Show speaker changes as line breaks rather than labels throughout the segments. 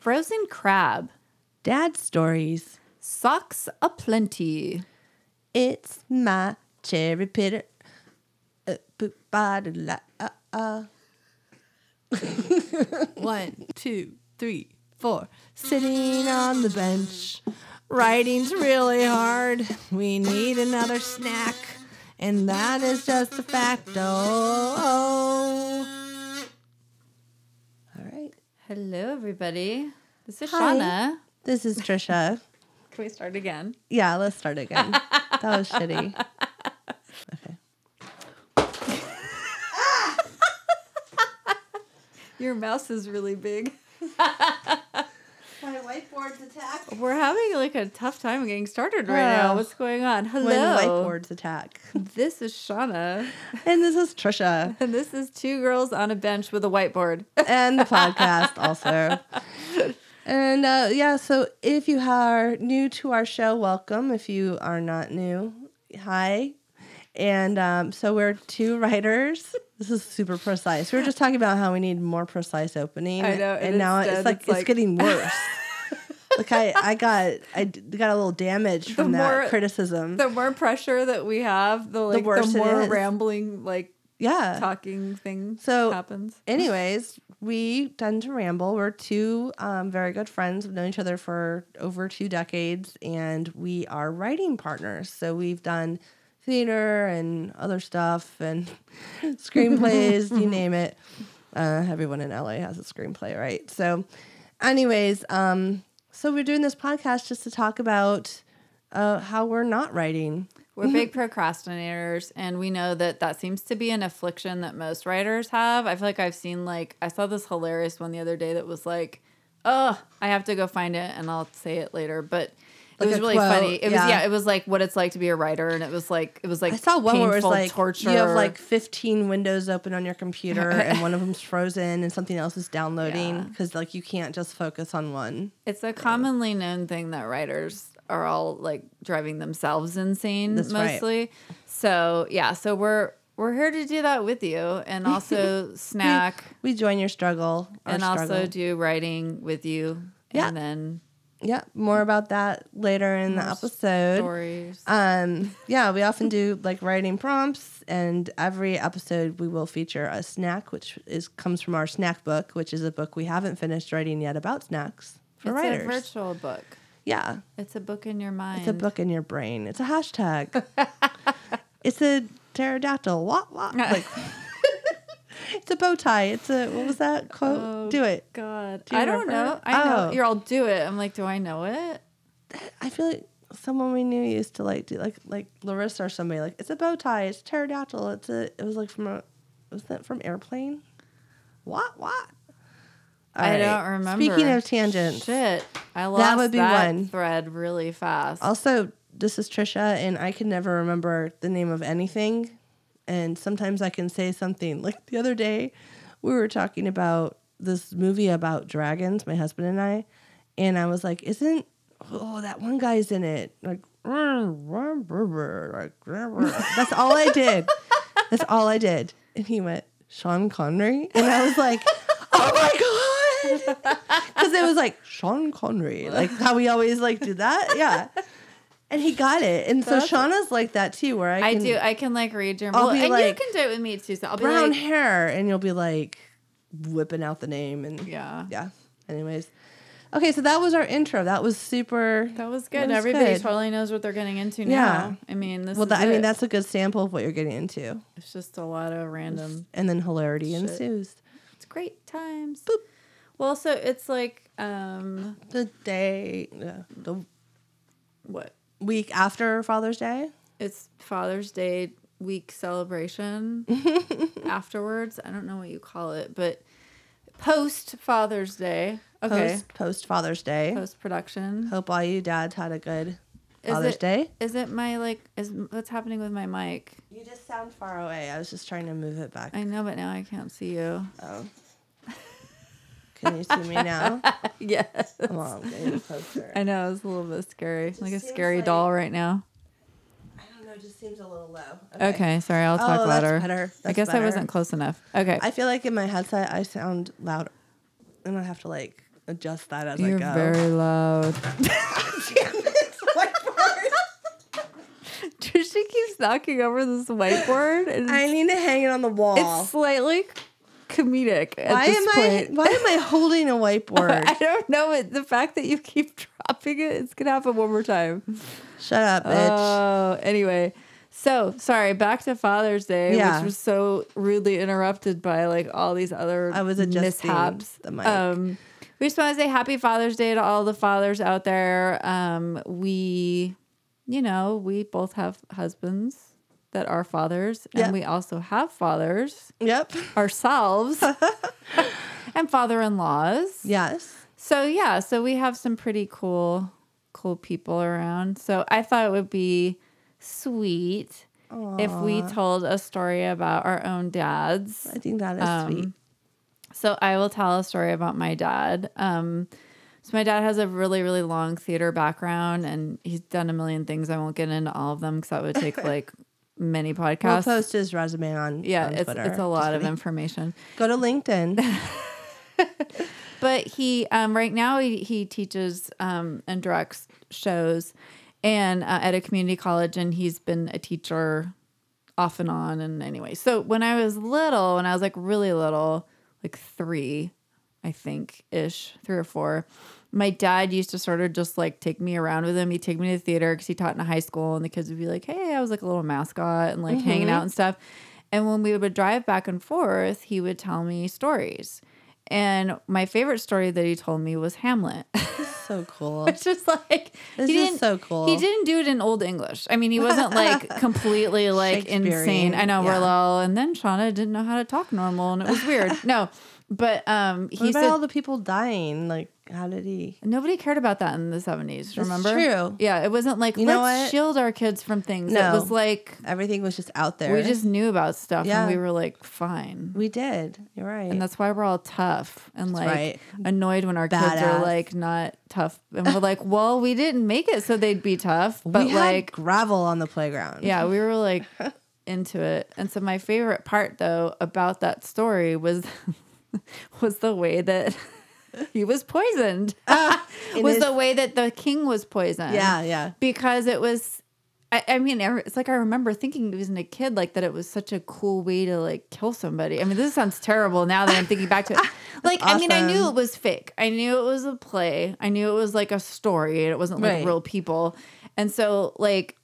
Frozen crab.
Dad stories.
Socks aplenty.
It's my cherry pitter. Uh, boop, bada, la, uh, uh.
One, two, three, four. Sitting on the bench. Writing's really hard. We need another snack. And that is just a oh, facto.
All right.
Hello, everybody. This is
Hi.
Shauna.
This is Trisha.
Can we start again?
Yeah, let's start again. that was shitty. Okay.
Your mouse is really big.
My whiteboard's attack.
We're having like a tough time getting started right
Oh.
now. What's going on?
When
Hello.
whiteboard's attack.
This is Shauna.
And this is Trisha.
And this is two girls on a bench with a whiteboard.
and the podcast also. And uh, yeah, so if you are new to our show, welcome. If you are not new, hi. And um, so we're two writers. This is super precise. We were just talking about how we need more precise opening.
I know,
And,
and
now
instead
it's like
it's
it's,
like-
getting worse. like I, I got I d- got a little damage from that
more-
criticism.
the more pressure that we have, the like the,
worse it
more
is.
rambling like
yeah.
talking thing
So-
happens.
Anyways, we tend to ramble. We're two um, very good friends. We've known each other for over two decades, and we are writing partners. So we've done theater and other stuff and screenplays, you name it. Uh, everyone in LA has a screenplay, right? So, anyways, um, so we're doing this podcast just to talk about uh, how we're not writing.
We're big
Mm-hmm.
procrastinators, and we know that that seems to be an affliction that most writers have. I feel like I've seen like I saw this hilarious one the other day that was like, "Oh, I have to go find it, and I'll say it later." But it
Like
was
a
really
quote,
funny. It
yeah.
was yeah, it was like what it's like to be a writer, and it was like it was like
I saw one where it was
painful
like
torture.
you have like 15 windows open on your computer and one of them's frozen and something else is downloading
Yeah.
because like you can't just focus on one.
It's a commonly known thing that writers are all like driving themselves insane
That's right.
mostly. So yeah, so we're we're here to do that with you and also snack
We join your struggle. Our
and
struggle.
also do writing with you
Yeah.
and then
yeah, more about that later in the episode.
stories.
Um, yeah, we often do like writing prompts, and every episode we will feature a snack, which is comes from our snack book, which is a book we haven't finished writing yet about snacks for
it's
writers.
a virtual book.
yeah,
It's a book in your mind.
It's a book in your brain. It's a hashtag. it's a pterodactyl. What? What? Like, it's a bow tie. It's a what was that quote?
Oh,
do it.
God,
you
I don't
remember?
know. I know
Oh.
you're all do it. I'm like, do I know it?
I feel like someone we knew used to like do like like Larissa or somebody like it's a bow tie. It's pterodactyl. It's a. It was like from a. Was that from airplane? What? What? All
I
right.
don't remember.
Speaking of tangents,
Shit, I lost that
would be one.
thread really fast.
Also, this is Trisha, and I can never remember the name of anything. And sometimes I can say something. Like the other day, we were talking about this movie about dragons, my husband and I. And I was like, Isn't, oh, that one guy's in it. Like, that's all I did. That's all I did. And he went, Sean Connery. And I was like, Oh my God because it was like Sean Connery, like how we always like do that. Yeah, and he got it, and so Shauna's like that too, where I,
I
can
do. I can like read your.
I'll
well,
be
and
like,
you can do it with me too. So I'll be
brown
like,
hair, and you'll be like whipping out the name, and
Yeah.
yeah. Anyways, okay, so that was our intro. That was super.
that was good.
was
Everybody
good.
totally knows what they're getting into
Yeah.
now. I mean, this.
well,
is
that, I mean
it.
that's a good sample of what you're getting into,
it's just a lot of random.
and then hilarity
Shit.
ensues.
It's great times. Well, so it's like um
The day, no, the
what?
week after Father's Day.
It's Father's Day week celebration afterwards. I don't know what you call it, but post Father's Day. Okay.
Post post Father's Day.
Post production.
Hope all you dads had a good
Is
Father's
it-
Day.
Is it my like is what's happening with my mic?
You just sound far away. I was just trying to move it back.
I know, but now I can't see you.
Oh. Can you see me now?
Yes.
Come on, I'm getting closer.
I know, it's a little bit scary. Like a
seems
scary
like-
doll right now.
I don't know, it just seems a little low.
Okay, sorry, I'll talk
Oh, that's
louder.
better.
I
That's
guess I
better.
wasn't close enough. Okay.
I feel like in my headset I sound louder. And I have to like adjust that as
You're
I go.
very loud. Trisha keeps knocking over this whiteboard. And
I need to hang it on the wall.
it's slightly comedic at
why
this
am
point.
I? Why am I holding a
I
whiteboard?
don't know. It, the fact that you keep dropping it, it's gonna happen one more time.
Shut up, bitch.
Oh, anyway. So sorry. Back to Father's Day,
Yeah.
which was so rudely interrupted by like all these other
I was adjusting
mishaps.
the mic.
Um, we just want to say Happy Father's Day to all the fathers out there. Um, we, you know, we both have husbands that are fathers, and
Yep.
we also have fathers
yep.
ourselves and father-in-laws.
Yes.
So yeah, so we have some pretty cool cool people around. So I thought it would be sweet if we told a story about our own dads.
I think that is
um,
sweet.
So I will tell a story about my dad. Um, so my dad has a really, really long theater background, and he's done a million things. I won't get into all of them because that would take like many
We'll
podcasts.
post his resume on.
yeah,
on
it's
Twitter.
it's a lot of information.
Go to LinkedIn.
but he um, right now he, he teaches um, and directs shows and uh, at a community college and he's been a teacher off and on and anyway so when i was little when i was like really little like three i think ish three or four my dad used to sort of just like take me around with him he'd take me to the theater because he taught in a high school and the kids would be like hey i was like a little mascot and like hanging out and stuff and when we would drive back and forth he would tell me stories and my favorite story that he told me was Hamlet.
so cool.
it's just like
This
he
is
didn't-
so cool.
He didn't do it in old English. I mean, he wasn't like completely like insane.
Shakespearean,
I know we're
yeah.
low, and then Shauna didn't know how to talk normal, and it was weird. no, but um,
What
he
about
said
all the people dying? Like, how did he?
nobody cared about that in the seventies. Remember?
true.
Yeah, it wasn't like
You know what?
let's shield our kids from things.
No.
It was like
Everything was just out there.
we just knew about stuff,
Yeah.
and we were like fine.
we did. You're right.
And that's why we're all tough and like
right.
annoyed when our kids
Badass.
are like not tough. And we're like, well, we didn't make it so they'd be tough. But
we
like,
had gravel on the playground.
yeah, we were like into it. And so my favorite part though about that story was was the way that he was poisoned.
in
was
his-
the way that the king was poisoned.
Yeah, yeah.
Because it was I, I mean, every- it's like I remember thinking even as a kid, like that it was such a cool way to like kill somebody. I mean, this sounds terrible now that I'm thinking back to it. like, I mean, I knew
awesome.
it was fake. I knew it was a play. I knew it was like a story. and It wasn't like
Right.
real people. And so, like,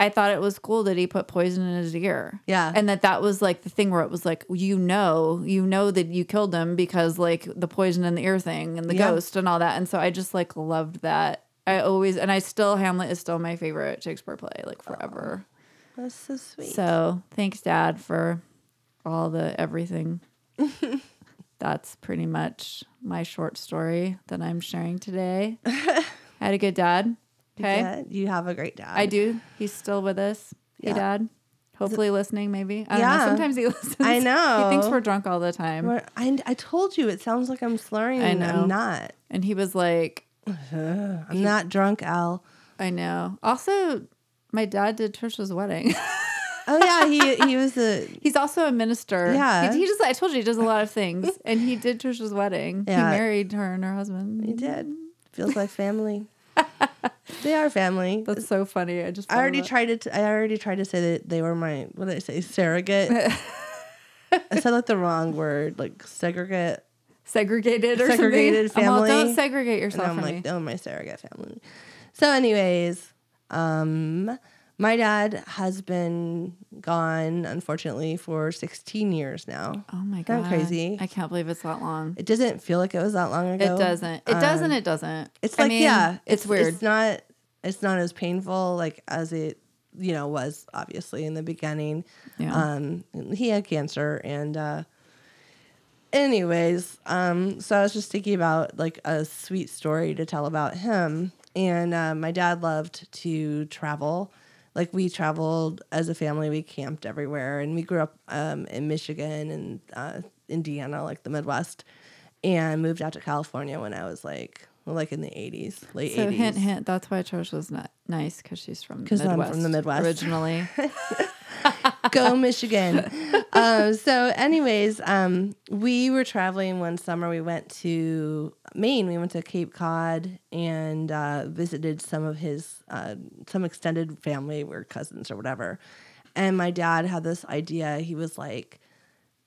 I thought it was cool that he put poison in his ear.
Yeah.
And that that was like the thing where it was like, you know, you know that you killed him because like the poison in the ear thing and the
Yeah.
ghost and all that. And so I just like loved that. I always, and I still, Hamlet is still my favorite Shakespeare play like forever.
That's so sweet.
So thanks, Dad, for all the everything. That's pretty much my short story that I'm sharing today. I had a good dad. Okay.
Yeah, you have a great dad.
I do. He's still with us. Hey,
Yeah.
Dad. Hopefully, listening. Maybe. I don't
Yeah.
know. Sometimes he listens.
I know.
He thinks we're drunk all the time.
We're- I, I told you it sounds like I'm slurring.
I know.
I'm not.
and he was like,
I'm not drunk, Al.
"I know." Also, my dad did Trisha's wedding.
Oh yeah, he he was a
He's also a minister.
Yeah.
He, he just. I told you he does a lot of things, and he did Trisha's wedding.
Yeah.
He married her and her husband.
he did. Feels like family. they are family.
That's so funny. I just.
I
thought
already
of that.
tried to. T- I already tried to say that they were my. What did I say? Surrogate. I said like the wrong word, like segregate.
segregated or
Segregated
something. I'm all,
family.
don't segregate
And
yourself
I'm
from
like,
me.
oh, my surrogate family. So, anyways, um, my dad has been gone, unfortunately, for 16 years now.
Oh my
Isn't
god!
that crazy?
I can't believe it's that long.
It doesn't feel like it was that long ago.
It doesn't. It
Um,
doesn't. It doesn't.
It's
I
like
mean,
yeah,
It's, weird.
It's not. It's not as painful like as it you know was obviously in the beginning.
Yeah.
Um, he had cancer and. uh Anyways, um, so I was just thinking about like a sweet story to tell about him, and uh, my dad loved to travel. Like we traveled as a family, we camped everywhere, and we grew up um, in Michigan and uh, Indiana, like the Midwest, and moved out to California when I was like like in the 80s, late
So
80s.
hint, hint. That's why Trish was not nice because she's from the
'Cause I'm
Midwest.
from the Midwest.
originally.
Go Michigan. um, so, anyways, um, we were traveling one summer. We went to Maine. We went to Cape Cod and uh, visited some of his uh, some extended family, we're cousins or whatever. And my dad had this idea. He was like,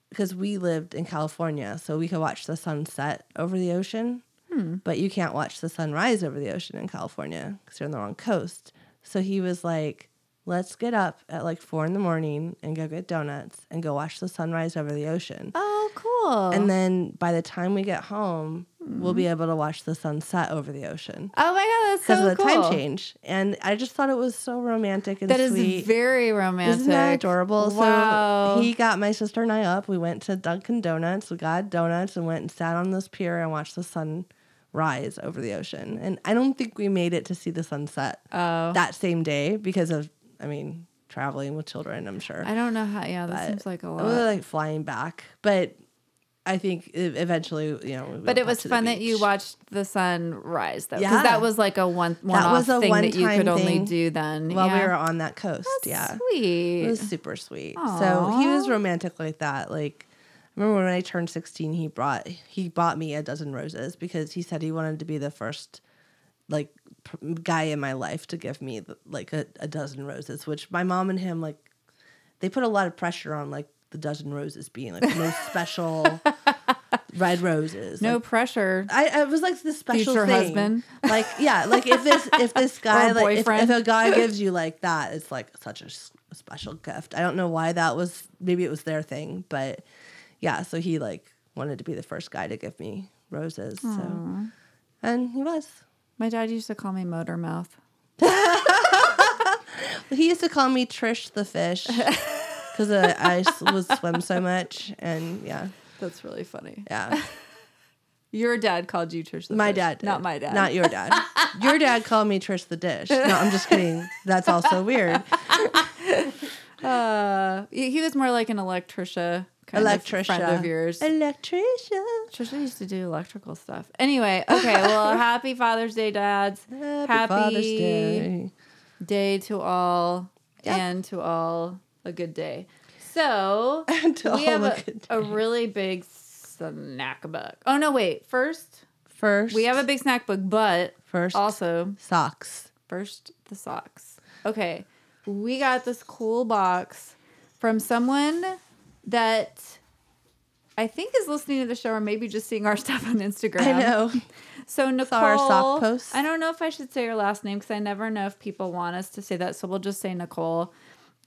because we lived in California, so we could watch the sunset over the ocean,
Hmm.
but you can't watch the sunrise over the ocean in California because you're on the wrong coast. So he was like, let's get up at like four in the morning and go get donuts and go watch the sunrise over the ocean.
oh, cool.
And then by the time we get home, we'll be able to watch the sunset over the ocean
oh my god, that's
because
Hmm. so
of the
cool.
time change. And I just thought it was so romantic and
That is
sweet.
very romantic.
Isn't that adorable?
Wow.
So he got my sister and I up. We went to Dunkin' Donuts. We got donuts and went and sat on this pier and watched the sun rise over the ocean. And I don't think we made it to see the sunset
oh,
that same day because of, I mean, traveling with children. I'm sure
I don't know how. Yeah, that seems like a
we were
lot.
like flying back, but I think e- eventually, you know. we went
But it
back
was
to the
fun that you
beach.
watched the sun rise though, because
Yeah.
that was like a one one
was a
thing that you
one-time
could only
thing
do then.
while
yeah.
we were on that coast. yeah,
Sweet.
It was super sweet. So he was romantic like that. Like I remember when I turned 16, he brought he bought me a dozen roses because he said he wanted to be the first like p- guy in my life to give me like a, a dozen roses, which my mom and him like they put a lot of pressure on like the dozen roses being like the most special red roses.
no
Like,
pressure.
I, I was like the special
Future
thing.
husband.
Like yeah, like if this if this guy
Or
like if, if
boyfriend.
a guy gives you like that, it's like such a s- special gift. I don't know why that was. Maybe it was their thing, but yeah. So he like wanted to be the first guy to give me roses. So and he was.
My dad used to call me motor mouth.
He used to call me Trish the fish because uh, I s- would swim so much and yeah
That's really funny.
yeah.
Your dad called you Trish. The
My
Fish,
dad, did.
not my dad.
not your dad. Your dad called me Trish the dish. No, I'm just kidding. That's also weird.
Uh, he he was more like an electrician kind
Electricia.
of friend of yours.
Electricia.
Trisha used to do electrical stuff. Anyway, okay. Well, happy Father's Day, dads. day to all,
Yep.
and to all a good day. So
And to
we
all
have
a
a,
good
a really big snack book. Oh no, wait. First,
First,
we have a big snack book, but
First.
also
socks.
First, the socks. Okay, we got this cool box from someone that I think is listening to the show or maybe just seeing our stuff on Instagram.
I know.
So Nicole,
our sock posts.
I don't know if I should say her last name because I never know if people want us to say that, so we'll just say Nicole.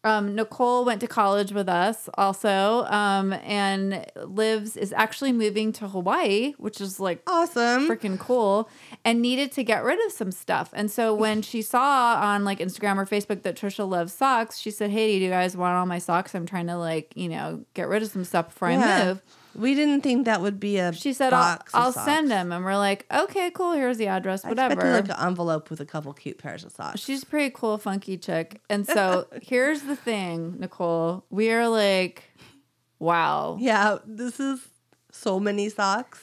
Um, Nicole went to college with us also, um, and lives is actually moving to Hawaii, which is like
Awesome.
freaking cool and needed to get rid of some stuff. And so when she saw on like Instagram or Facebook that Trisha loves socks, she said, Hey, do you guys want all my socks? I'm trying to like, you know, get rid of some stuff before I
Yeah.
move.
We didn't think that would be a.
She said, I'll,
box
I'll send them. And we're like, Okay, cool. Here's the address, whatever.
Whatever. Like an envelope with a couple cute pairs of socks.
She's a pretty cool, funky chick. And so here's the thing, Nicole. We are like, wow.
yeah, this is so many socks.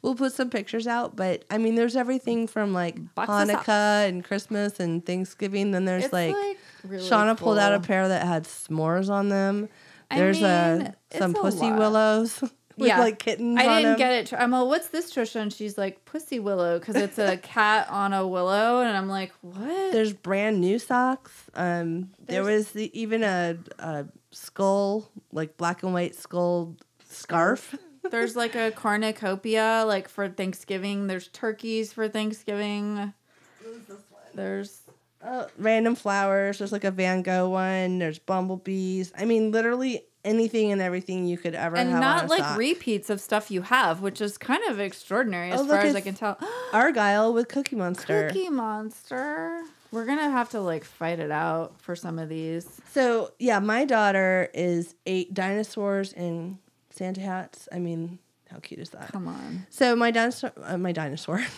We'll put some pictures out, but I mean, there's everything from like
Box of socks.
Hanukkah and Christmas and Thanksgiving. Then there's
It's
like,
like really
Shauna pulled out a
cool.
pair that had s'mores on them.
I
There's
mean,
a
it's
some
a
pussy
lot.
willows with like kittens.
I
on
didn't
them.
get it. Tr- I'm all, what's this, Trisha? And she's like, pussy willow, because it's a cat on a willow. And I'm like, what?
There's brand new socks. Um, there was the, even a, a skull, like black and white skull scarf.
There's like a cornucopia, like for Thanksgiving. There's turkeys for Thanksgiving. There's Oh.
Uh, random flowers. There's like a Van Gogh one. There's bumblebees. I mean, literally anything and everything you could ever
and
have. on
not
a
like
sock.
repeats of stuff you have, which is kind of extraordinary as
Oh, look,
far as I
it's
can tell.
Argyle with Cookie Monster.
Cookie Monster. We're gonna have to like fight it out for some of these.
So yeah, my daughter is eight dinosaurs in Santa hats. I mean, how cute is that?
Come on.
So my dinosaur, uh, my dinosaur.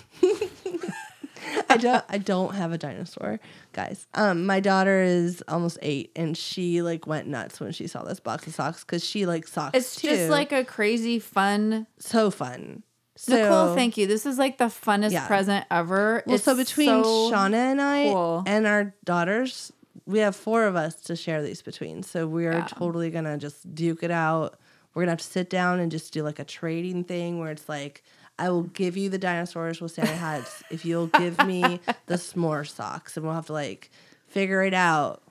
I don't, I don't have a dinosaur, guys. Um, my daughter is almost eight, and she like went nuts when she saw this box of socks because she likes socks
It's
too.
just like a crazy fun
so fun. So,
Nicole, thank you. This is like the funnest
Yeah.
present ever.
Well,
It's
so between
so-
Shauna and I
cool.
and our daughters, we have four of us to share these between. So we are totally gonna just duke it out. We're gonna have to sit down and just do like a trading thing where it's like, I will give you the dinosaurs with Santa hats if you'll give me the s'more socks, and we'll have to like figure it out.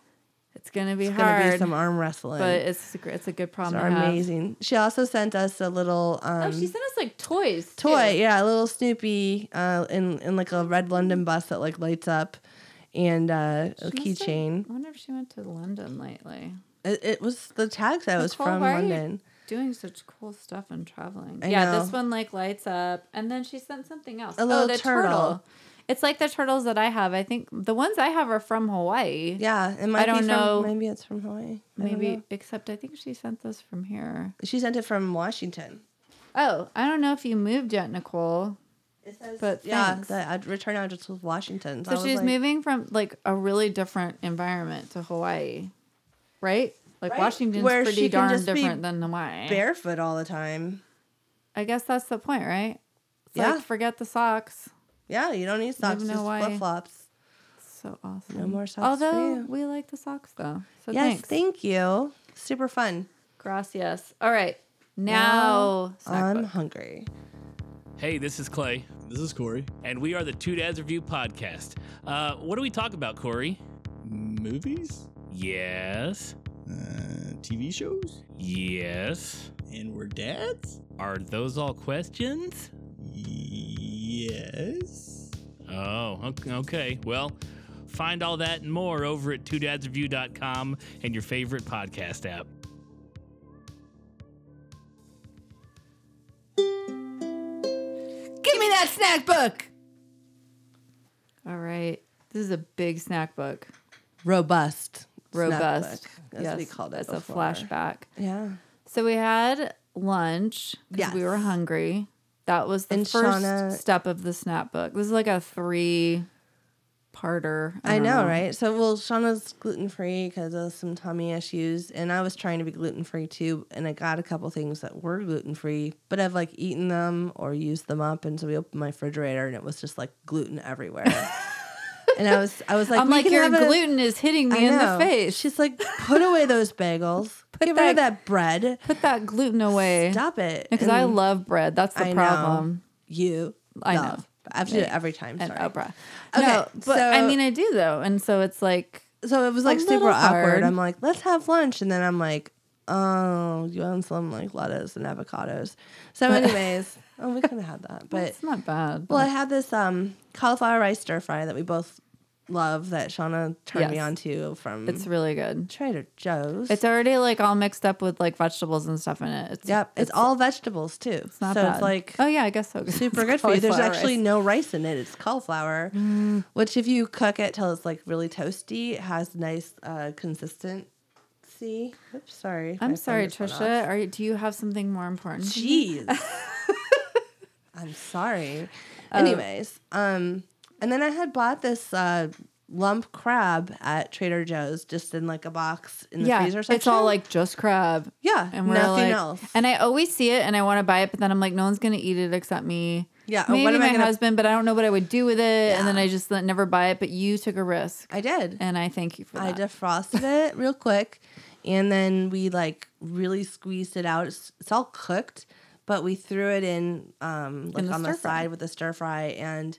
it's gonna be
It's
hard,
gonna be some arm wrestling.
but it's a gr- it's a good problem.
are
to have.
amazing. She also sent us a little um,
Oh, she sent us like toys. too.
toy, yeah, a little Snoopy uh, in in like a red London bus that like lights up, and uh, a
She must have-
keychain.
I wonder if she went to London lately.
It, it was the tag that was
Nicole,
from
why are you
London.
Doing such cool stuff and traveling.
I
yeah,
know.
this one like lights up, and then she sent something else.
A
oh,
little
the turtle.
turtle.
It's like the turtles that I have. I think the ones I have are from Hawaii.
Yeah, it might
I don't
be
know.
From, maybe it's from Hawaii. I don't
maybe.
know.
Except I think she sent this from here.
she sent it from Washington.
Oh, I don't know if you moved yet, Nicole.
It says,
But
yeah,
thanks.
the ad- return address was Washington. I
So
was
she's
like,
moving from like a really different environment to Hawaii, right? Like
Right.
Washington's
Where
pretty
she can
darn
just be
different than Hawaii.
barefoot all the time.
I guess that's the point, right? It's
Yeah.
like forget the socks.
Yeah, you don't need socks,
in
just
Hawaii.
flip flops.
So awesome.
No more socks for
Although
you.
we like the socks though. So
Yes,
thanks.
thank you. Super fun.
Gracias. All right. Now, snack
I'm
book.
hungry.
Hey, this is Clay,
This is Corey.
and we are the Two Dads Review Podcast. Uh, what do we talk about, Corey?
Movies?
Yes.
Uh, TV shows?
Yes.
And we're dads?
Are those all questions?
Yes.
Oh, ok- okay. Well, find all that and more over at twodadsreview.com and your favorite podcast app.
Give me that snack book.
All right. This is a big snack book.
Robust. snack
Robust.
book, as
yes,
we called it.
That's
before.
a flashback.
Yeah.
So we had lunch because
Yes.
we were hungry. That was the
And
first
Shauna-
step of the snap book. This is like a three parter.
I know, right? So, well, Shauna's gluten free because of some tummy issues, and I was trying to be gluten free too. And I got a couple things that were gluten free, but I've like eaten them or used them up, and so we opened my refrigerator, and it was just like gluten everywhere. and I was, I was like,
I'm
"We
like,
can
your
have a-"
gluten is hitting
I
me in the
know.
face.
She's like, put away those bagels, get rid of
that-
that bread,
Put that gluten away.
stop it.
Because I
And
love bread. That's the
I know.
problem.
you.
I know.
love. I have to do it every time.
And uh,
Sorry.
Oprah.
Okay,
no, but I
so-
mean, I do though. And so it's like,
so it was like
A
super
little hard.
awkward. I'm like, let's have lunch, and then I'm like, oh, you want some like lettuce and avocados? So, anyways, oh, we could have had that, but
it's not bad.
well, I
but-
had this um cauliflower rice stir fry that we both love that Shauna turned me
Yes.
on to from
it's really good.
Trader Joe's.
It's already like all mixed up with like vegetables and stuff in it. It's,
yep, it's, all vegetables too.
it's not
so
bad.
it's like
oh yeah, I guess so.
super good for you. There's actually no rice in it. It's cauliflower,
Mm.
which if you cook it till it's like really toasty, it has nice uh, consistency. Oops, sorry.
I'm
my
sorry,
fingers went
Trisha.
off.
Are you, do you have something more important?
Jeez. I'm sorry.
Oh.
Anyways, um, and then I had bought this uh, lump crab at Trader Joe's, just in like a box in the
yeah,
freezer section.
it's all like just crab.
yeah,
and we're
nothing
like,
else.
And I always see it and I want to buy it, but then I'm like, no one's gonna eat it except me.
Yeah,
maybe
what am
my
I gonna-
husband, but I don't know what I would do with it. And then I just let- never buy it. But you took a risk,
I did.
and I thank you for that.
I defrosted it real quick, and then we like really squeezed it out. It's, it's all cooked, but we threw it in um like
the
on the
stir fry.
side with the stir fry, and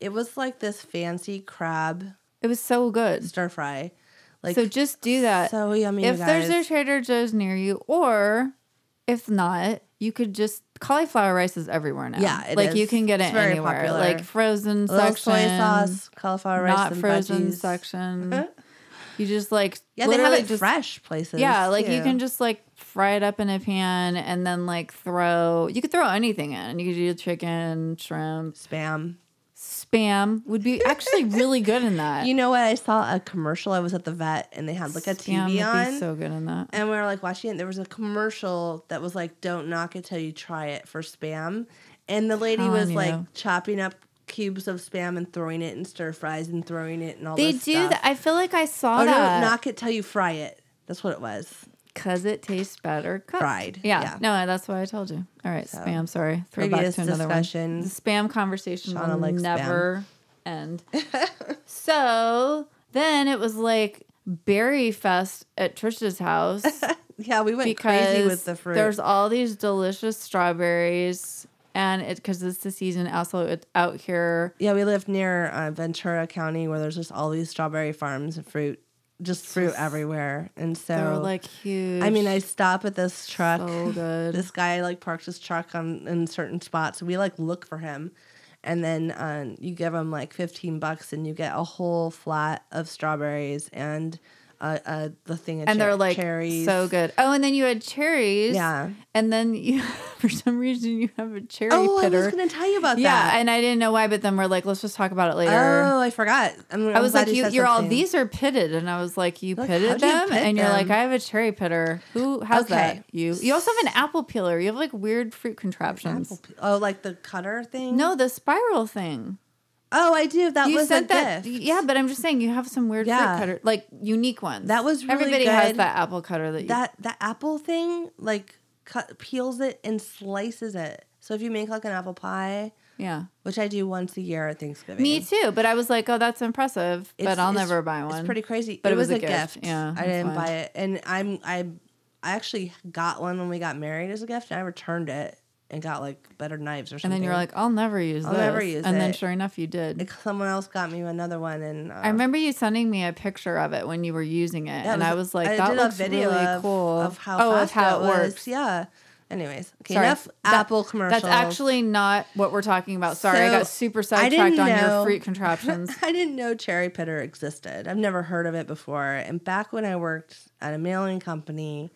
it was like this fancy crab
it was so good.
stir fry. Like
so just do that.
so yummy, you
If there's a
guys.
Trader Joe's near you, or if not, you could just cauliflower rice is everywhere now.
Yeah, it
like you
is.
can get it
It's very
anywhere.
popular.
Like frozen
a little
section,
soy sauce, cauliflower rice,
not
and
frozen
veggies. Uh-huh.
section. you just like
Yeah, they have
literally
it
just,
fresh places.
Yeah, like you
too.
can just like fry it up in a pan and then like throw. You could throw anything in. You could do chicken, shrimp,
spam.
spam would be actually really good in that.
You know what? I saw a commercial. I was at the vet, and they had like a
spam
TV
would be
on.
so good in that.
and we were like watching it. There was a commercial that was like, "Don't knock it till you try it" for spam, and the lady
Telling
was like
you.
chopping up cubes of spam and throwing it in stir fries and throwing it and all.
They
this
do
stuff.
that. I feel like I saw
Oh,
that.
don't knock it till you fry it. That's what it was.
Because it tastes better cooked.
Fried,
Yeah.
yeah.
No, that's what I told you. All right, spam. Sorry. Throw back
Previous
to another one.
discussion.
The spam conversation
Shauna
will
likes spam.
never end. so then it was like berry fest at Trish's house
Yeah, we went crazy
because
with the fruit.
there's all these delicious strawberries. And it because it's the season also it's out here
yeah, we lived near uh, Ventura County where there's just all these strawberry farms and fruit, just fruit everywhere. And so,
they're like huge.
I mean, I stop at this truck.
so good.
This guy like parks his truck on in certain spots. We like look for him, and then um, you give him like fifteen bucks, and you get a whole flat of strawberries and uh, uh, the thing of
and
cher-
they're like
cherries.
so good. Oh, and then you had cherries.
Yeah.
And then you, for some reason, you have a cherry
Oh,
pitter.
I was gonna tell you about
yeah,
that.
and I didn't know why, but then we're like, let's just talk about it later.
oh, I forgot. I'm,
I
I'm
was
glad
like, you,
said
you're all
something.
these are pitted, and I was like, you
Like,
pitted
how'd you
them,
pit
and you're like,
them?
I have a cherry pitter. Who has
Okay.
that? You. You also have an apple peeler. You have like weird fruit contraptions.
Apple pe- Oh, like the cutter thing.
No, the spiral thing.
Oh, I do. That
you
was
said
a
that.
gift.
Yeah, but I'm just saying you have some weird
Yeah.
fruit cutter, like unique ones.
That was really
everybody has
good.
that apple cutter that you
that the apple thing like cut peels it and slices it. So if you make like an apple pie,
yeah.
which I do once a year at Thanksgiving.
Me too, but I was like, oh, that's impressive,
It's-
but I'll
it's-
never buy one.
It's pretty crazy.
But
it, was, a gift.
Yeah,
I
that's
didn't
fine.
buy it, and I'm I, I actually got one when we got married as a gift, and I returned it and got like better knives or
And
something.
then you're like, I'll never use
I'll
this.
never use
and then
it.
sure enough, you did.
Like, someone else got me another one, and uh,
I remember you sending me a picture of it when you were using it,
yeah, it
and
was-
I was like,
I
that
did a
looks
video
really
of,
cool.
of how
oh,
fast
of how it,
was.
works.
Yeah. Anyways, okay,
Sorry.
enough
That-
Apple commercials.
That's actually not what we're talking about. Sorry, I
So,
got super
I
sidetracked
didn't
on your
know-
fruit contraptions.
I didn't know cherry pitter existed. I've never heard of it before. And back when I worked at a mailing company,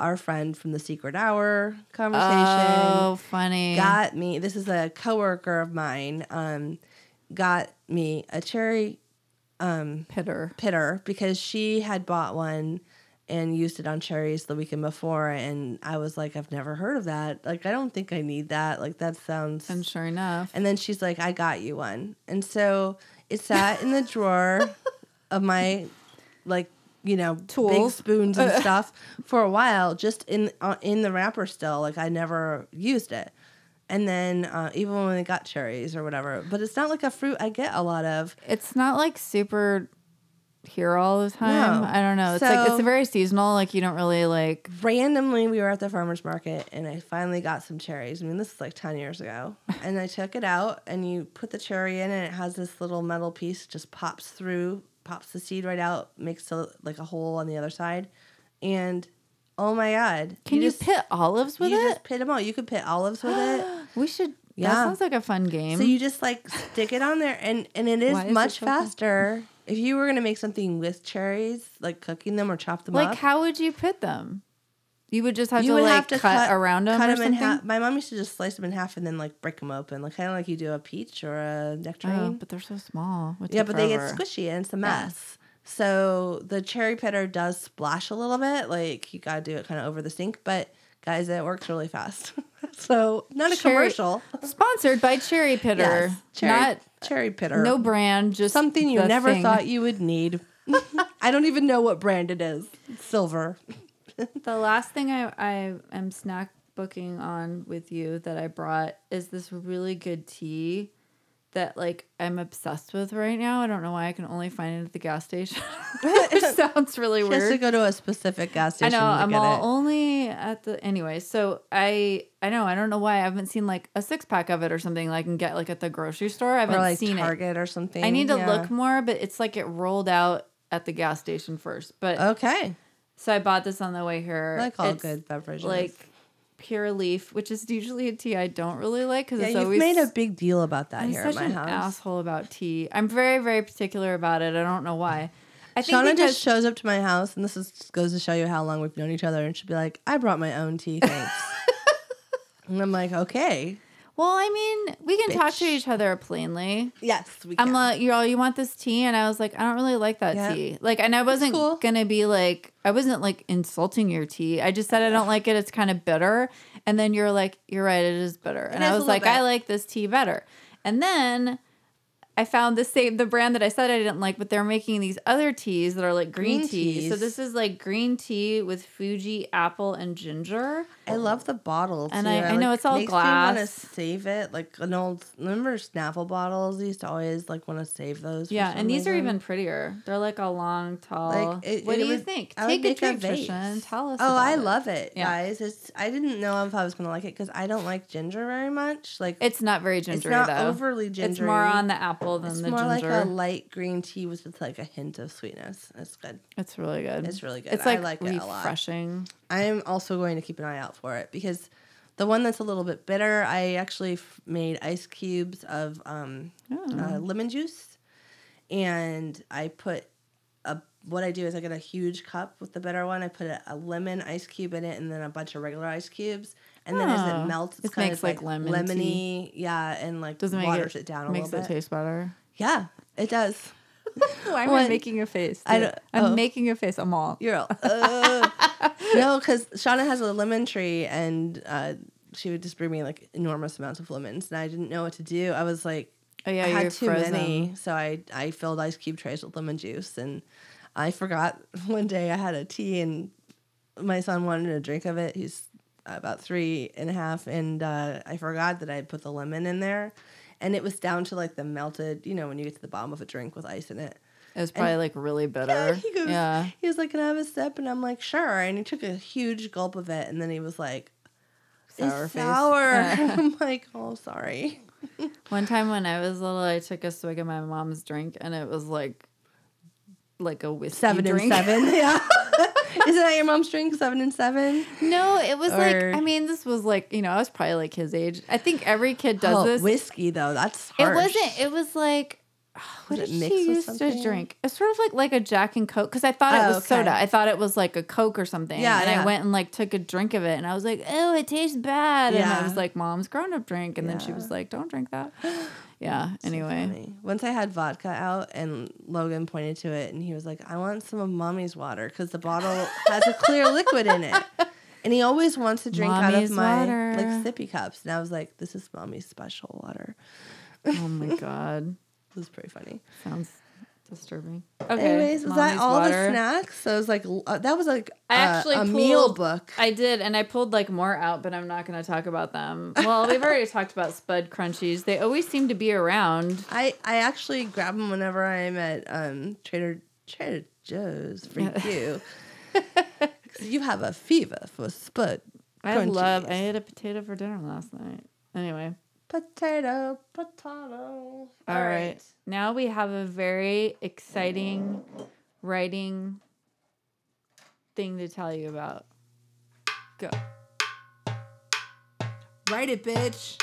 our friend from the Secret Hour conversation
oh, funny.
got me. This is a coworker of mine. Um, got me a cherry
Pitter.
pitter because she had bought one and used it on cherries the weekend before and I was like I've never heard of that. Like I don't think I need that. Like that sounds
And sure enough,
and then she's like I got you one. And so it sat in the drawer of my like you know big
Tools.
spoons and stuff for a while just in uh, in the wrapper still like I never used it. And then uh, even when I got cherries or whatever, but it's not like a fruit I get a lot of.
it's not like super here all the time.
No.
I don't know. It's like it's
So-
very seasonal. Like you don't really like
randomly we were at the farmers market and I finally got some cherries. I mean, this is like 10 years ago. And I took it out and you put the cherry in and it has this little metal piece just pops through, pops the seed right out, makes a, like a hole on the other side. And oh my god.
Can you,
just,
pit olives with
you
it?
just pit them all. You could pit olives with it.
we should. That
Yeah.
sounds like a fun game.
So you just like stick it on there, and and it is
Why is it
much
so good?
faster. If you were gonna make something with cherries, like cooking them or chop them
like,
up,
how would you pit them? You would just have
you
to
would
like
have to
cut, around them
cut
or
'em
something.
in half. My mom used to just slice them in half and then like break them open, like kind of like you do a peach or a
Oh,
nectarine.
but they're so small. Would
yeah,
take
but they get
forever.
squishy and it's a mess. So the cherry pitter does splash a little bit, like you gotta do it kind of over the sink. But guys, it works really fast. so not a
Cherry-
commercial.
Sponsored by Cherry Pitter.
Yes, cherry,
Not
cherry pitter.
no brand. Just
something you
the
never
thing.
thought you would need. I don't even know what brand it is. Silver.
The last thing I, I am snack booking on with you that I brought is this really good tea that like I'm obsessed with right now. I don't know why I can only find it at the gas station. it sounds really
She has
weird.
to go to a specific gas
I
station
know.
to
I'm
get
all
it.
only at the anyway. So I I know I don't know why I haven't seen like a six pack of it or something that I can get like at the grocery store. I haven't
or like
seen
Target or something.
it. I need to
Yeah.
look more, but it's like it rolled out at the gas station first. But
Okay.
so I bought this on the way here.
Oh. Like all
It's
good beverages.
Like pure leaf, which is usually a tea I don't really like because
yeah,
it's
you've
always
made a big deal about that
I'm
here
such
at my
an
house.
asshole about tea. I'm very very particular about it. I don't know why. I think
Shauna
because
just shows up to my house, and this is, just goes to show you how long we've known each other. And she'll be like, "I brought my own tea, thanks." and I'm like, "Okay,
well, I mean, we can talk to each other plainly.
yes, we
I'm like, you all, you want this tea? And I was like, I don't really like that
Yeah.
tea. Like, and I wasn't
cool.
gonna be like, I wasn't like insulting your tea. I just said I don't like it. It's kind of bitter. And then you're like, you're right, it is bitter. And
is
I
a
was
little
like,
bit.
I like this tea better. And then I found the same the brand that I said I didn't like, but they're making these other teas that are like green,
Green
teas. So
teas.
this is like green tea with Fuji apple and ginger.
I love the bottle.
And
too.
I- I know it's all
makes me wanna
glass.
save it like an old. Remember Snapple bottles? I used to always like want to save those. for
yeah,
some
and these are
reason.
even prettier. They're like a long, tall.
Like, it-
what
it
do you
would-
think?
I would
Take a drink,
make vase.
Trisha, and tell us.
Oh,
about
I
it.
love it,
Yeah.
guys. It's I didn't know if I was gonna like it because I don't like ginger very much. Like
It's not very gingery
not
though.
overly
It's more
gingery.
on the apple than
it's
the
more
ginger.
like a light green tea with just like a hint of sweetness. It's good.
it's really good.
It's really good.
It's
I
like,
like it a lot.
refreshing.
I'm also going to keep an eye out for it because the one that's a little bit bitter, I actually f- made ice cubes of um,
Oh.
uh, lemon juice, and I put a what I do is I get a huge cup with the bitter one. I put a, a lemon ice cube in it, and then a bunch of regular ice cubes. And then as
Oh.
it melts, it's
It
kind
makes,
of like,
like, lemon tea.
lemony, yeah, and like
Doesn't make
waters
it,
it, down a
makes
little
it
bit.
taste better.
yeah, it does.
Why am I
What?
making a face?
I
dude?
don't-
I'm
oh.
making a face. I'm all.
You're all, uh. no, because Shauna has a lemon tree, and uh, she would just bring me like enormous amounts of lemons, and I didn't know what to do. I was like,
Oh, yeah,
I
you're
had too
frozen.
many, so I I filled ice cube trays with lemon juice, and I forgot one day I had a tea, and my son wanted a drink of it. He's about three and a half, and uh, I forgot that I had put the lemon in there, and it was down to like the melted, you know, when you get to the bottom of a drink with ice in it.
It was probably like really
Yeah,
bitter.
he goes,
yeah.
he was like, "Can I have a sip?" And I'm like, "Sure." And he took a huge gulp of it, and then he was like,
Sour
"It's
face.
sour." I'm like, "Oh, sorry."
One time when I was little, I took a swig of my mom's drink, and it was like, like a whiskey
Seven
drink.
and seven, yeah. Isn't that your mom's drink? Seven and seven.
No, it was like
Or-
I mean, this was like you know I was probably like his age. I think every kid does
oh,
this.
whiskey though? That's
it
harsh.
wasn't. It was like what
Was it
did
mixed
she
with
used to
something?
drink? It's sort of like like a Jack and Coke because I thought it
Oh,
was soda.
okay.
I thought it was like a Coke or something.
Yeah,
and I
yeah.
went and like took a drink of it, and I was like, oh, it tastes bad. And I
Yeah.
was like, mom's grown up drink, and then she was like, don't drink that. Yeah. anyway,
Funny. Once I had vodka out, and Logan pointed to it, and he was like, "I want some of mommy's water because the bottle has a clear liquid in it." And he always wants to drink out
Mommy's
of my like
water.
sippy cups, and I was like, "This is mommy's special water."
oh my god,
It was pretty funny.
sounds disturbing. Okay,
Anyways, was that
mommy's
all
water.
the snacks? So it was like l- uh, that was like
I
uh,
actually
a
pulled,
meal book.
I did, and I pulled like more out, but I'm not going to talk about them. Well, we've already talked about Spud Crunchies. They always seem to be around.
I I actually grab them whenever I'm at um Trader Trader Joe's for you. 'Cause you have a fever for spud.
I love. I
crunchies.
ate a potato for dinner last night. Anyway,
potato potato.
all right. Now we have a very exciting writing thing to tell you about. Go.
Write it, bitch.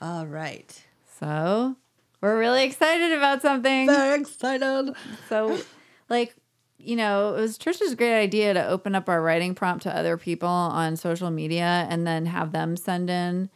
all right.
So, we're really excited about something.
Very
Um,
excited.
So, like, you know, it was Trisha's great idea to open up our writing prompt to other people on social media and then have them send in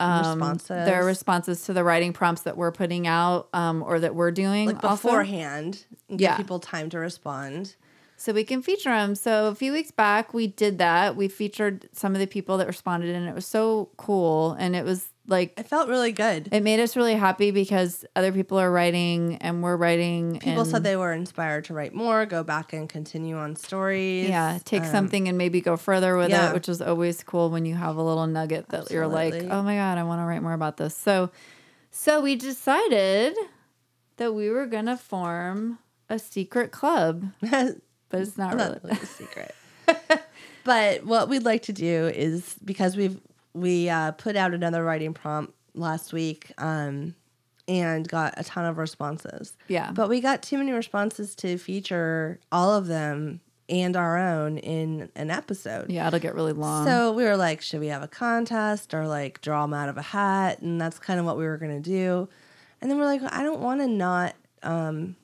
um,
Responses.
their responses to the writing prompts that we're putting out um, or that we're doing
Like
also.
beforehand, and
Yeah.
give people time to respond.
So we can feature them. So a few weeks back, we did that. We featured some of the people that responded, and it was so cool. And it was like,
It felt really good.
it made us really happy because other people are writing and we're writing.
People
and
said they were inspired to write more, go back and continue on stories.
Yeah, take something and maybe go further with
um, yeah.
it, which is always cool when you have a little nugget that you're like,
Absolutely.
"Oh my god, I want to write more about this." So, so we decided that we were going to form a secret club, but it's not really.
not really a secret. but what we'd like to do is because we've we uh, put out another writing prompt last week um, and got a ton of responses.
Yeah.
but we got too many responses to feature all of them and our own in an episode.
Yeah, it'll get really long.
So we were like, should we have a contest or like draw them out of a hat? And that's kind of what we were going to do. And then we're like, I don't want to not um,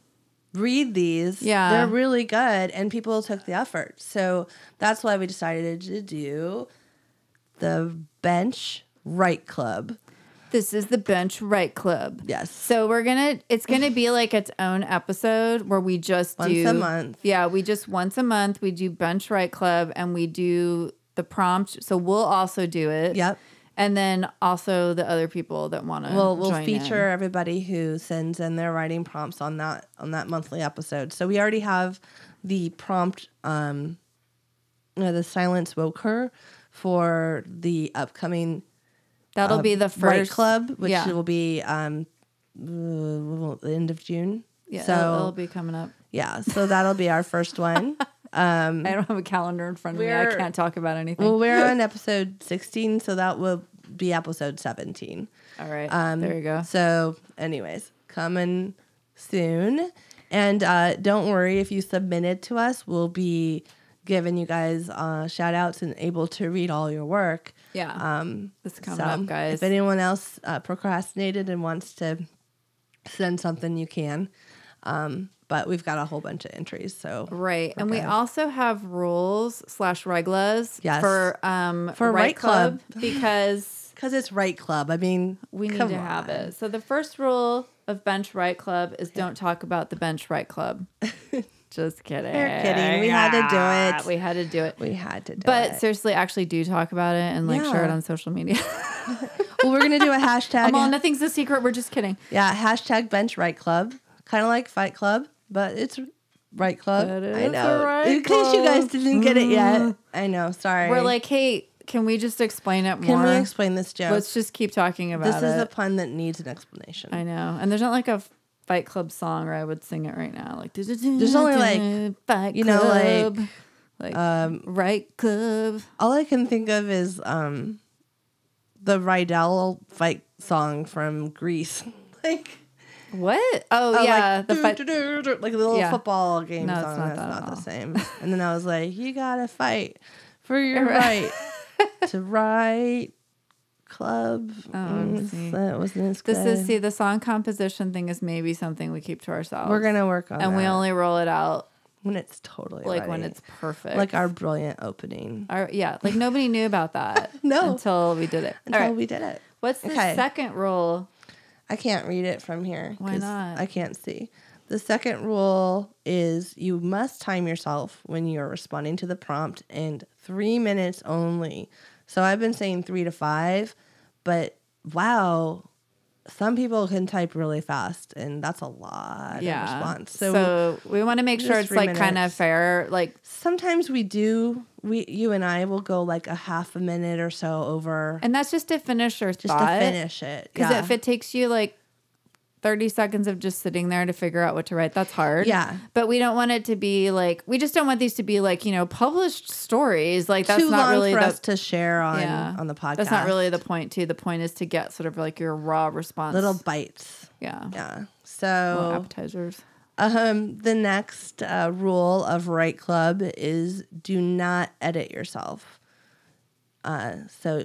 read these.
Yeah.
They're really good. And people took the effort. So that's why we decided to do the Bench Right Club.
this is the Bench Right Club.
Yes.
So we're gonna it's gonna be like its own episode where we just
Once
do
a month.
Yeah, we just once a month we do bench right club and we do the prompt. So we'll also do it.
Yep.
And then also the other people that want to.
We'll we'll feature everybody who sends in their writing prompts on that on that monthly episode. So we already have the prompt um uh, the silence woke her for the upcoming
That'll be the first
Write club which
yeah.
will be um uh, the end of June.
Yeah,
so
it'll, it'll be coming up.
yeah, so that'll be our first one.
I don't have a calendar in front of me. I
Mm. We're-
can't talk about anything.
well, we're on episode 16, so that will be episode 17.
All right. there you go.
Um, So, anyways, coming soon. And uh, don't worry if you submitted to us, we'll be giving you guys uh, shout outs and able to read all your work.
Yeah. Um, it's coming up, guys.
if anyone else uh, procrastinated and wants to send something, you can. Um, but we've got a whole bunch of entries. So,
Right.
we're
and we
good.
also have rules slash reglas
Yes.
for um
For
Right
Right Club.
because
because it's Right Club, I mean,
we need
come
to
on.
have it. So the first rule of Bench Right Club is don't talk about the Bench Right Club. Just kidding.
We're kidding. We had to do it.
We had to do it.
We had to do
but
it.
seriously, actually do talk about it and like share it
Yeah.
on social media.
well, we're gonna do a hashtag.
Come on, nothing's a secret. We're just kidding.
yeah, hashtag bench right club. Kind of like Fight Club, but it's right club.
But
I
it's
know.
a Right
In case you guys
Club. Mm-hmm.
didn't get it yet, I know. Sorry.
We're like, hey, can we just explain it more?
can we explain this joke?
Let's just keep talking
this
about
is a
it.
pun that needs an explanation.
I know. And there's not like a Fight Club song where I would sing it right now. Like there's
only, like,
Fight
you know, like,
like, um, Right Club.
All I can think of is um, the Rydell fight song from Greece. like.
What? Oh
I
yeah,
like,
the
doo,
fight.
doo, doo, doo, like the little
Yeah.
football game
No, it's
song.
not
That's
that at
not
all.
the same. And then I was like, you gotta fight for your right
Oh,
to right club. Mm,
see.
That wasn't as
This is
good.
see the song composition thing is maybe something we keep to ourselves.
We're gonna work on
and
that
we only roll it out
when it's totally
like when
ready.
it's perfect.
like our brilliant opening
Our- yeah, like nobody knew about that.
No.
until we did it.
until
All right.
we did it.
What's the
Okay.
second rule?
I can't read it from here.
Why
'cause
not?
I can't see. The second rule is you must time yourself when you're responding to the prompt and three minutes only. So I've been saying three to five, but wow, some people can type really fast and that's a lot
yeah.
of response.
So,
So,
we want to make sure
just
it's
three
like kind of
minutes.
fair. Like
sometimes we do, we you and I will go like a half a minute or so over
And that's just to finish your
just
thought.
to finish it.
Because
Yeah.
if it takes you like 30 seconds of just sitting there to figure out what to write, that's hard.
Yeah.
But we don't want it to be like, we just don't want these to be like, you know, published stories. Like, that's
too
not
long
really
for
the,
us to share on
yeah,
on the podcast.
That's not really the point, too. The point is to get sort of like your raw response.
little Oh. bites.
yeah.
Yeah.
Little
So
appetizers.
um, the next uh, rule of Right Club is do not edit yourself. Uh, so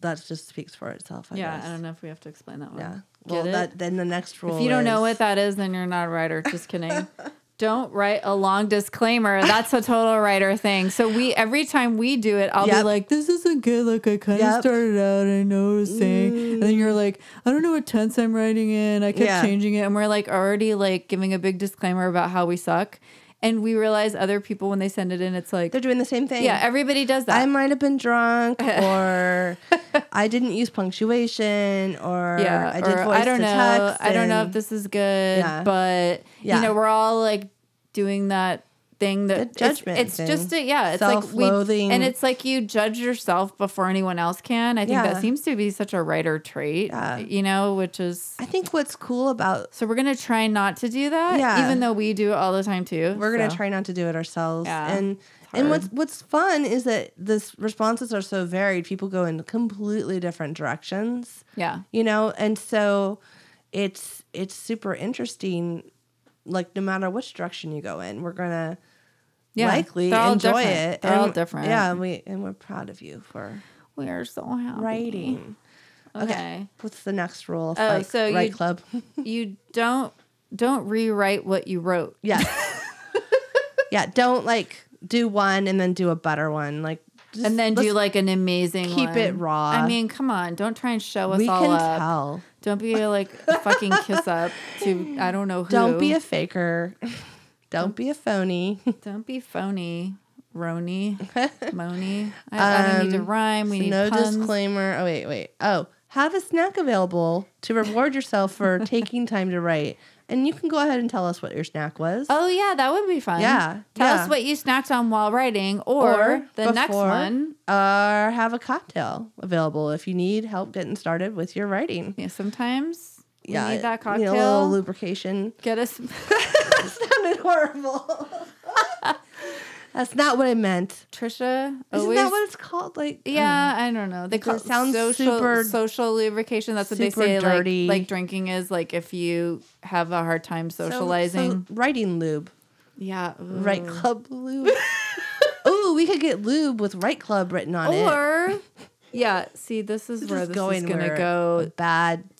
that just speaks for itself. I
Yeah.
guess.
I don't know if we have to explain that one.
Yeah.
Get
Well,
it?
that then the next rule.
If you don't know
is-
what that is, then you're not a writer. Just kidding. don't write a long disclaimer. That's a total writer thing. So we every time we do it, I'll be
Yep.
like, "This isn't good. Like I kind of
Yep.
started out, I know what I was saying," and then you're like, "I don't know what tense I'm writing in. I kept
Yeah.
changing it," and we're like already like giving a big disclaimer about how we suck, and we realize other people when they send it in, it's like,
they're doing the same thing.
yeah, everybody does that.
I might have been drunk, or I didn't use punctuation, or
yeah,
I did
or
voice
I don't
to
know.
text.
I don't know
and
if this is good,
Yeah.
but
Yeah.
you know, we're all like doing that thing that
The judgment
It's, it's
thing.
just a, yeah, it's like we
Self-loathing.
and it's like you judge yourself before anyone else can. I think
Yeah.
that seems to be such a writer trait,
Yeah.
you know, which is
I think what's cool about
so we're gonna try not to do that,
Yeah.
even though we do it all the time too.
We're gonna
so.
try not to do it ourselves.
Yeah,
and and what's what's fun is that this responses are so varied. People go in completely different directions.
Yeah,
You know, and so it's it's super interesting. Like no matter which direction you go in, we're gonna
yeah.
likely
They're all
enjoy
different.
it.
They're
and,
all different.
Yeah, and we and we're proud of you for
we are so happy.
writing.
Okay.
What's the next rule? Of
Oh,
like,
so
right
you-
club.
you don't don't rewrite what you wrote.
yeah, yeah. Don't like do one and then do a better one. Like just
and then
let's
do like an amazing
keep
one.
it raw.
I mean, come on, don't try and show us
we
all uh,
can
up.
tell.
Don't be like a fucking kiss up to I don't know who.
Don't be a faker. Don't be a phony.
don't be phony. Roni, Moni. I, I don't need to
Um,
rhyme. We
So
need
no
puns.
disclaimer. Oh wait, wait. Oh, have a snack available to reward yourself for taking time to write, and you can go ahead and tell us what your snack was.
Oh yeah, that would be fun.
Yeah,
Tell
yeah.
us what you snacked on while writing, or, the next
before,
one.
or have a cocktail available if you need help getting started with your writing.
Yeah, sometimes we
yeah,
need that
you
cocktail.
know, a little lubrication.
Get us.
That sounded horrible. That's not what I meant.
Trisha
Isn't
always.
that what it's called? Like,
yeah, I don't know. They call it
Oh. sounds
social
super-
social lubrication. That's what they
super
say.
dirty.
Like like drinking is like if you have a hard time
so- so
socializing. Mm.
writing lube.
yeah.
Right
ooh.
Club lube. Ooh, we could get lube with Right Club written on it.
Or yeah. See, this is
This
where
is
this is
going
gonna
where-
go.
A bad bad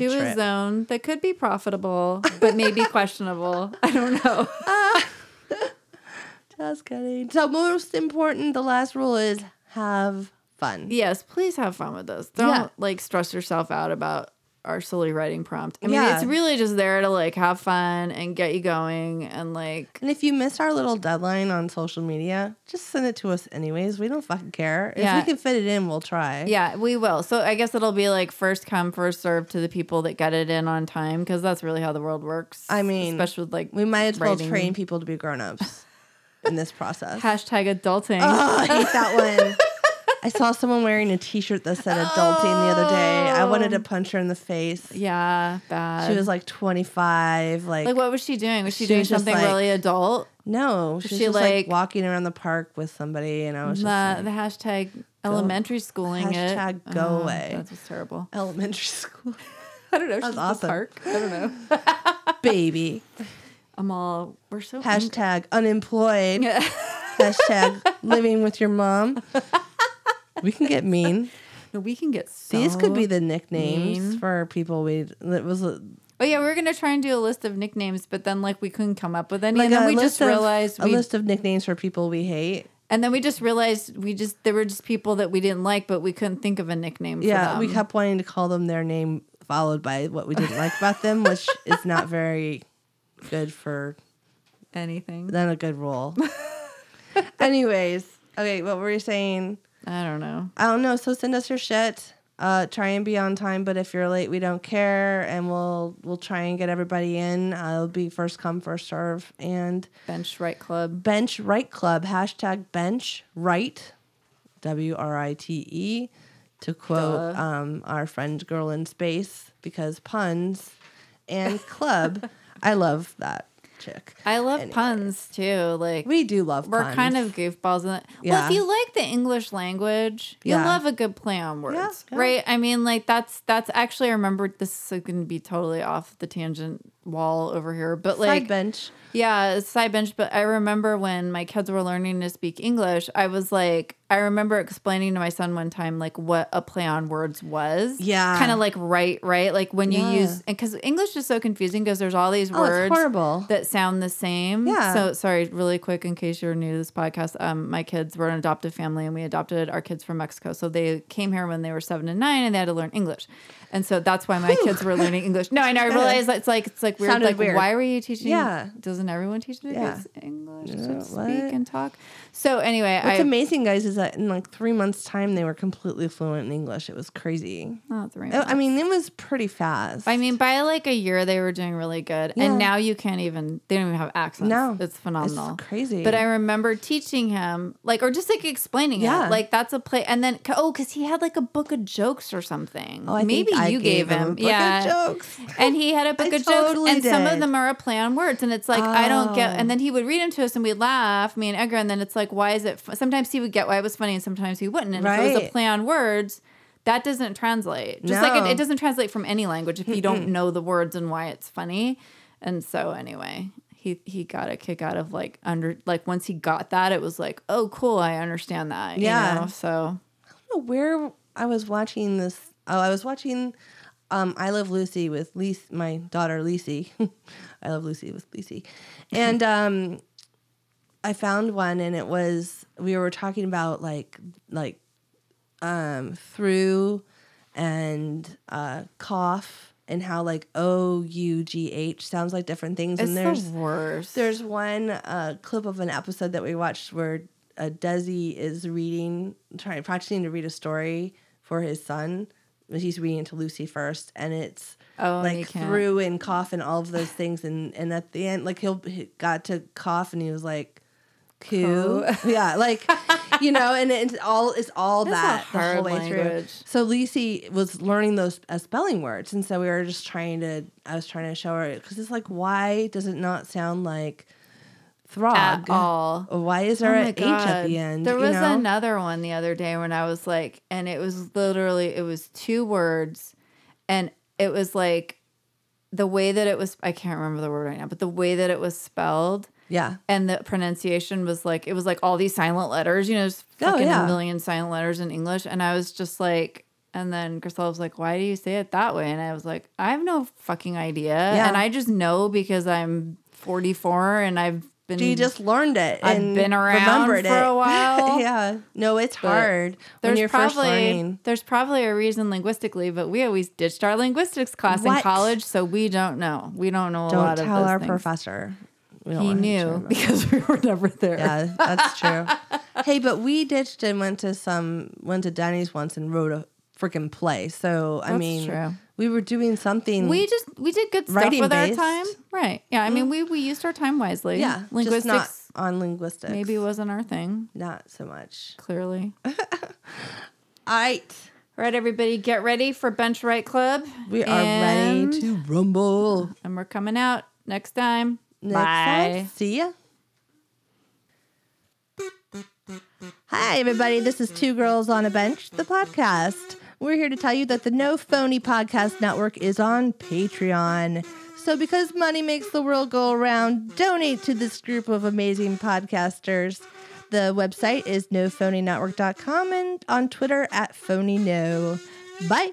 into a
trip.
zone that could be profitable, but maybe questionable. I don't know.
Just kidding. So most important, the last rule is have fun.
yes, please have fun with this. Don't
Yeah.
like stress yourself out about our silly writing prompt. I mean,
Yeah.
it's really just there to like have fun and get you going and like
And if you missed our little deadline on social media, just send it to us anyways. We don't fucking care.
Yeah.
If we can fit it in, we'll try.
yeah, we will. So I guess it'll be like first come, first serve to the people that get it in on time because that's really how the world works.
I mean,
especially with like
We might as well
Writing.
train people to be grown-ups in this process.
hashtag adulting.
Oh, I hate that one. I saw someone wearing a t-shirt that said adulting the other day. I wanted
Oh.
to punch her in the face.
yeah, bad.
She was like 25, like,
like, what was she doing? Was she,
She
doing
was just,
something
like-
really adult?
no, she's
she,
just like,
like-
walking around the park with somebody and I was just
the,
like,
the hashtag elementary schooling
Hashtag
it.
go
Oh,
away.
That's just terrible.
elementary school
I don't know.
was
She's
she's at the awesome. park.
I don't know.
baby.
I'm all. We're so.
Hashtag unemployed.
Yeah.
Hashtag living with your mom. We can get mean.
no, we can get. So
These could be the nicknames
mean.
for people we that was a-
Oh yeah, we were gonna try and do a list of nicknames, but then like we couldn't come up with any,
like
and then
a
we just
list
realized
of,
we,
a list of nicknames for people we hate.
and then we just realized we just there were just people that we didn't like, but we couldn't think of a nickname.
Yeah,
for them.
we kept wanting to call them their name followed by what we didn't like about them, which is not very good for
anything.
not a good rule. Anyways, okay, what were you saying?
I don't know.
I don't know. So send us your shit. Uh, try and be on time, but if you're late, we don't care, and we'll we'll try and get everybody in. Uh, it'll be first come, first serve, and
Bench right club.
bench right club hashtag bench right, W R I T E, to quote
Duh.
um, our friend girl in space because puns, and club. I love that chick.
I love puns too. Like
We do love.
We're
puns.
kind of goofballs in it. Well,
Yeah.
if you like the English language, you
Yeah.
love a good play on words,
yeah.
right? I mean, like that's that's actually. I remember this is going to be totally off the tangent wall over here, but like,
side bench.
yeah, it's side bench. But I remember when my kids were learning to speak English, I was like, I remember explaining to my son one time like what a play on words was.
Yeah.
kind of like right, right, like when
Yeah.
you use because English is so confusing because there's all these
Oh, it's
words
horrible.
that sound the same.
Yeah.
So sorry, really quick in case you're new to this podcast. Um, my kids were an adoptive family and we adopted our kids from Mexico. So they came here when they were seven and nine and they had to learn English. And so that's why my kids were learning English. No, I know. I realize that it's like it's like weird.
Sounded
like
weird.
why were you teaching?
Yeah.
Doesn't everyone teach their
Yeah.
kids English
Yeah,
to
what?
speak and talk? So anyway,
What's
I
amazing, guys, is that in like three months' time, they were completely fluent in English. It was crazy.
not three.
I I mean, it was pretty fast.
I mean, Oh by like a year, they were doing really good,
Yeah.
and now you can't even. They don't even have accents.
No.
it's phenomenal,
It's crazy.
But I remember teaching him, like, or just like explaining
Yeah.
it, like that's a play. And then oh, because he had like a book of jokes or something.
Oh, I
Maybe
think I
you gave,
gave him
him,
a book of
yeah,
jokes.
And he had a book
I
of jokes,
totally
and some
did. Oh.
of them are a play on words. And it's like I don't get. And then he would read them to us, and we would laugh, me and Edgar. And then it's like, why is it? Fu-? Sometimes he would get why it was funny, and sometimes he wouldn't. And if it was
Right.
a play on words. That doesn't translate. Just like
No.
it, it doesn't translate from any language if you don't know the words and why it's funny. And so anyway, he he got a kick out of like under like once he got that, it was like, oh cool, I understand that. Yeah.
Yeah.
So
don't know where I was watching this. Oh, I was watching um, I Love Lucy with Lise, my daughter Lisi. I Love Lucy with Lisi. And um, I found one and it was we were talking about like like um, through and uh, cough and how like O U G H sounds like different things
it's
and there's
the worst.
there's one uh, clip of an episode that we watched where uh, Desi is reading, trying practicing to read a story for his son. but He's reading it to Lucy first, and it's
Oh, and he
like
can't.
through and cough and all of those things, and and at the end, like he'll he got to cough, and he was like, "Coo, yeah," like you know, and it's all it's all that
That's a
the whole
hard
way through.
language.
So Lisi was learning those as spelling words, and so we were just trying to. I was trying to show her because it's like, why does it not sound like throg
At all.
Why is there
Oh
an
my
H at the
God.
end?
There
you
was
know?
another one the other day when I was like, and it was literally it was two words, and it was like the way that it was. I can't remember the word right now, but the way that it was spelled.
Yeah.
And the pronunciation was like it was like all these silent letters, you know, just
Oh,
fucking
yeah.
a million silent letters in English. And I was just like, and then Griselle was like, "Why do you say it that way?" And I was like, "I have no fucking idea."
Yeah.
And I just know because I'm 44 and I've been.
You just learned it.
Mm. I've
and
been around
remembered
for a
it.
while.
yeah. No, it's
But
hard when
There's
you're
probably
first learning.
there's probably a reason linguistically, but we always ditched our linguistics class in
What?
college, so we don't know. We don't know a
Don't
lot of
tell
those
our
things.
professor. We don't
He
want him to
knew
remember.
because we were never there.
Yeah, that's true. hey, but we ditched and went to some went to Denny's once and wrote a freaking play. So I
That's
mean,
true.
we were doing something.
We just we did good stuff
Mm-hmm. Writing
with our
based. Mm-hmm.
time, right? Yeah, I mean we we used our time wisely.
yeah, just not
linguistics
on linguistics.
maybe wasn't our thing.
not so much.
Clearly,
All right,
all right, everybody, get ready for Bench Right Club.
we are
And-
ready to rumble.
and we're coming out next time.
Next
Bye.
time, see ya. Hi, everybody. This is Two Girls on a Bench, the podcast. We're here to tell you that the No Phony Podcast Network is on Patreon. So, because money makes the world go around, donate to this group of amazing podcasters. The website is nophonynetwork.com and on Twitter at phonyno. Bye.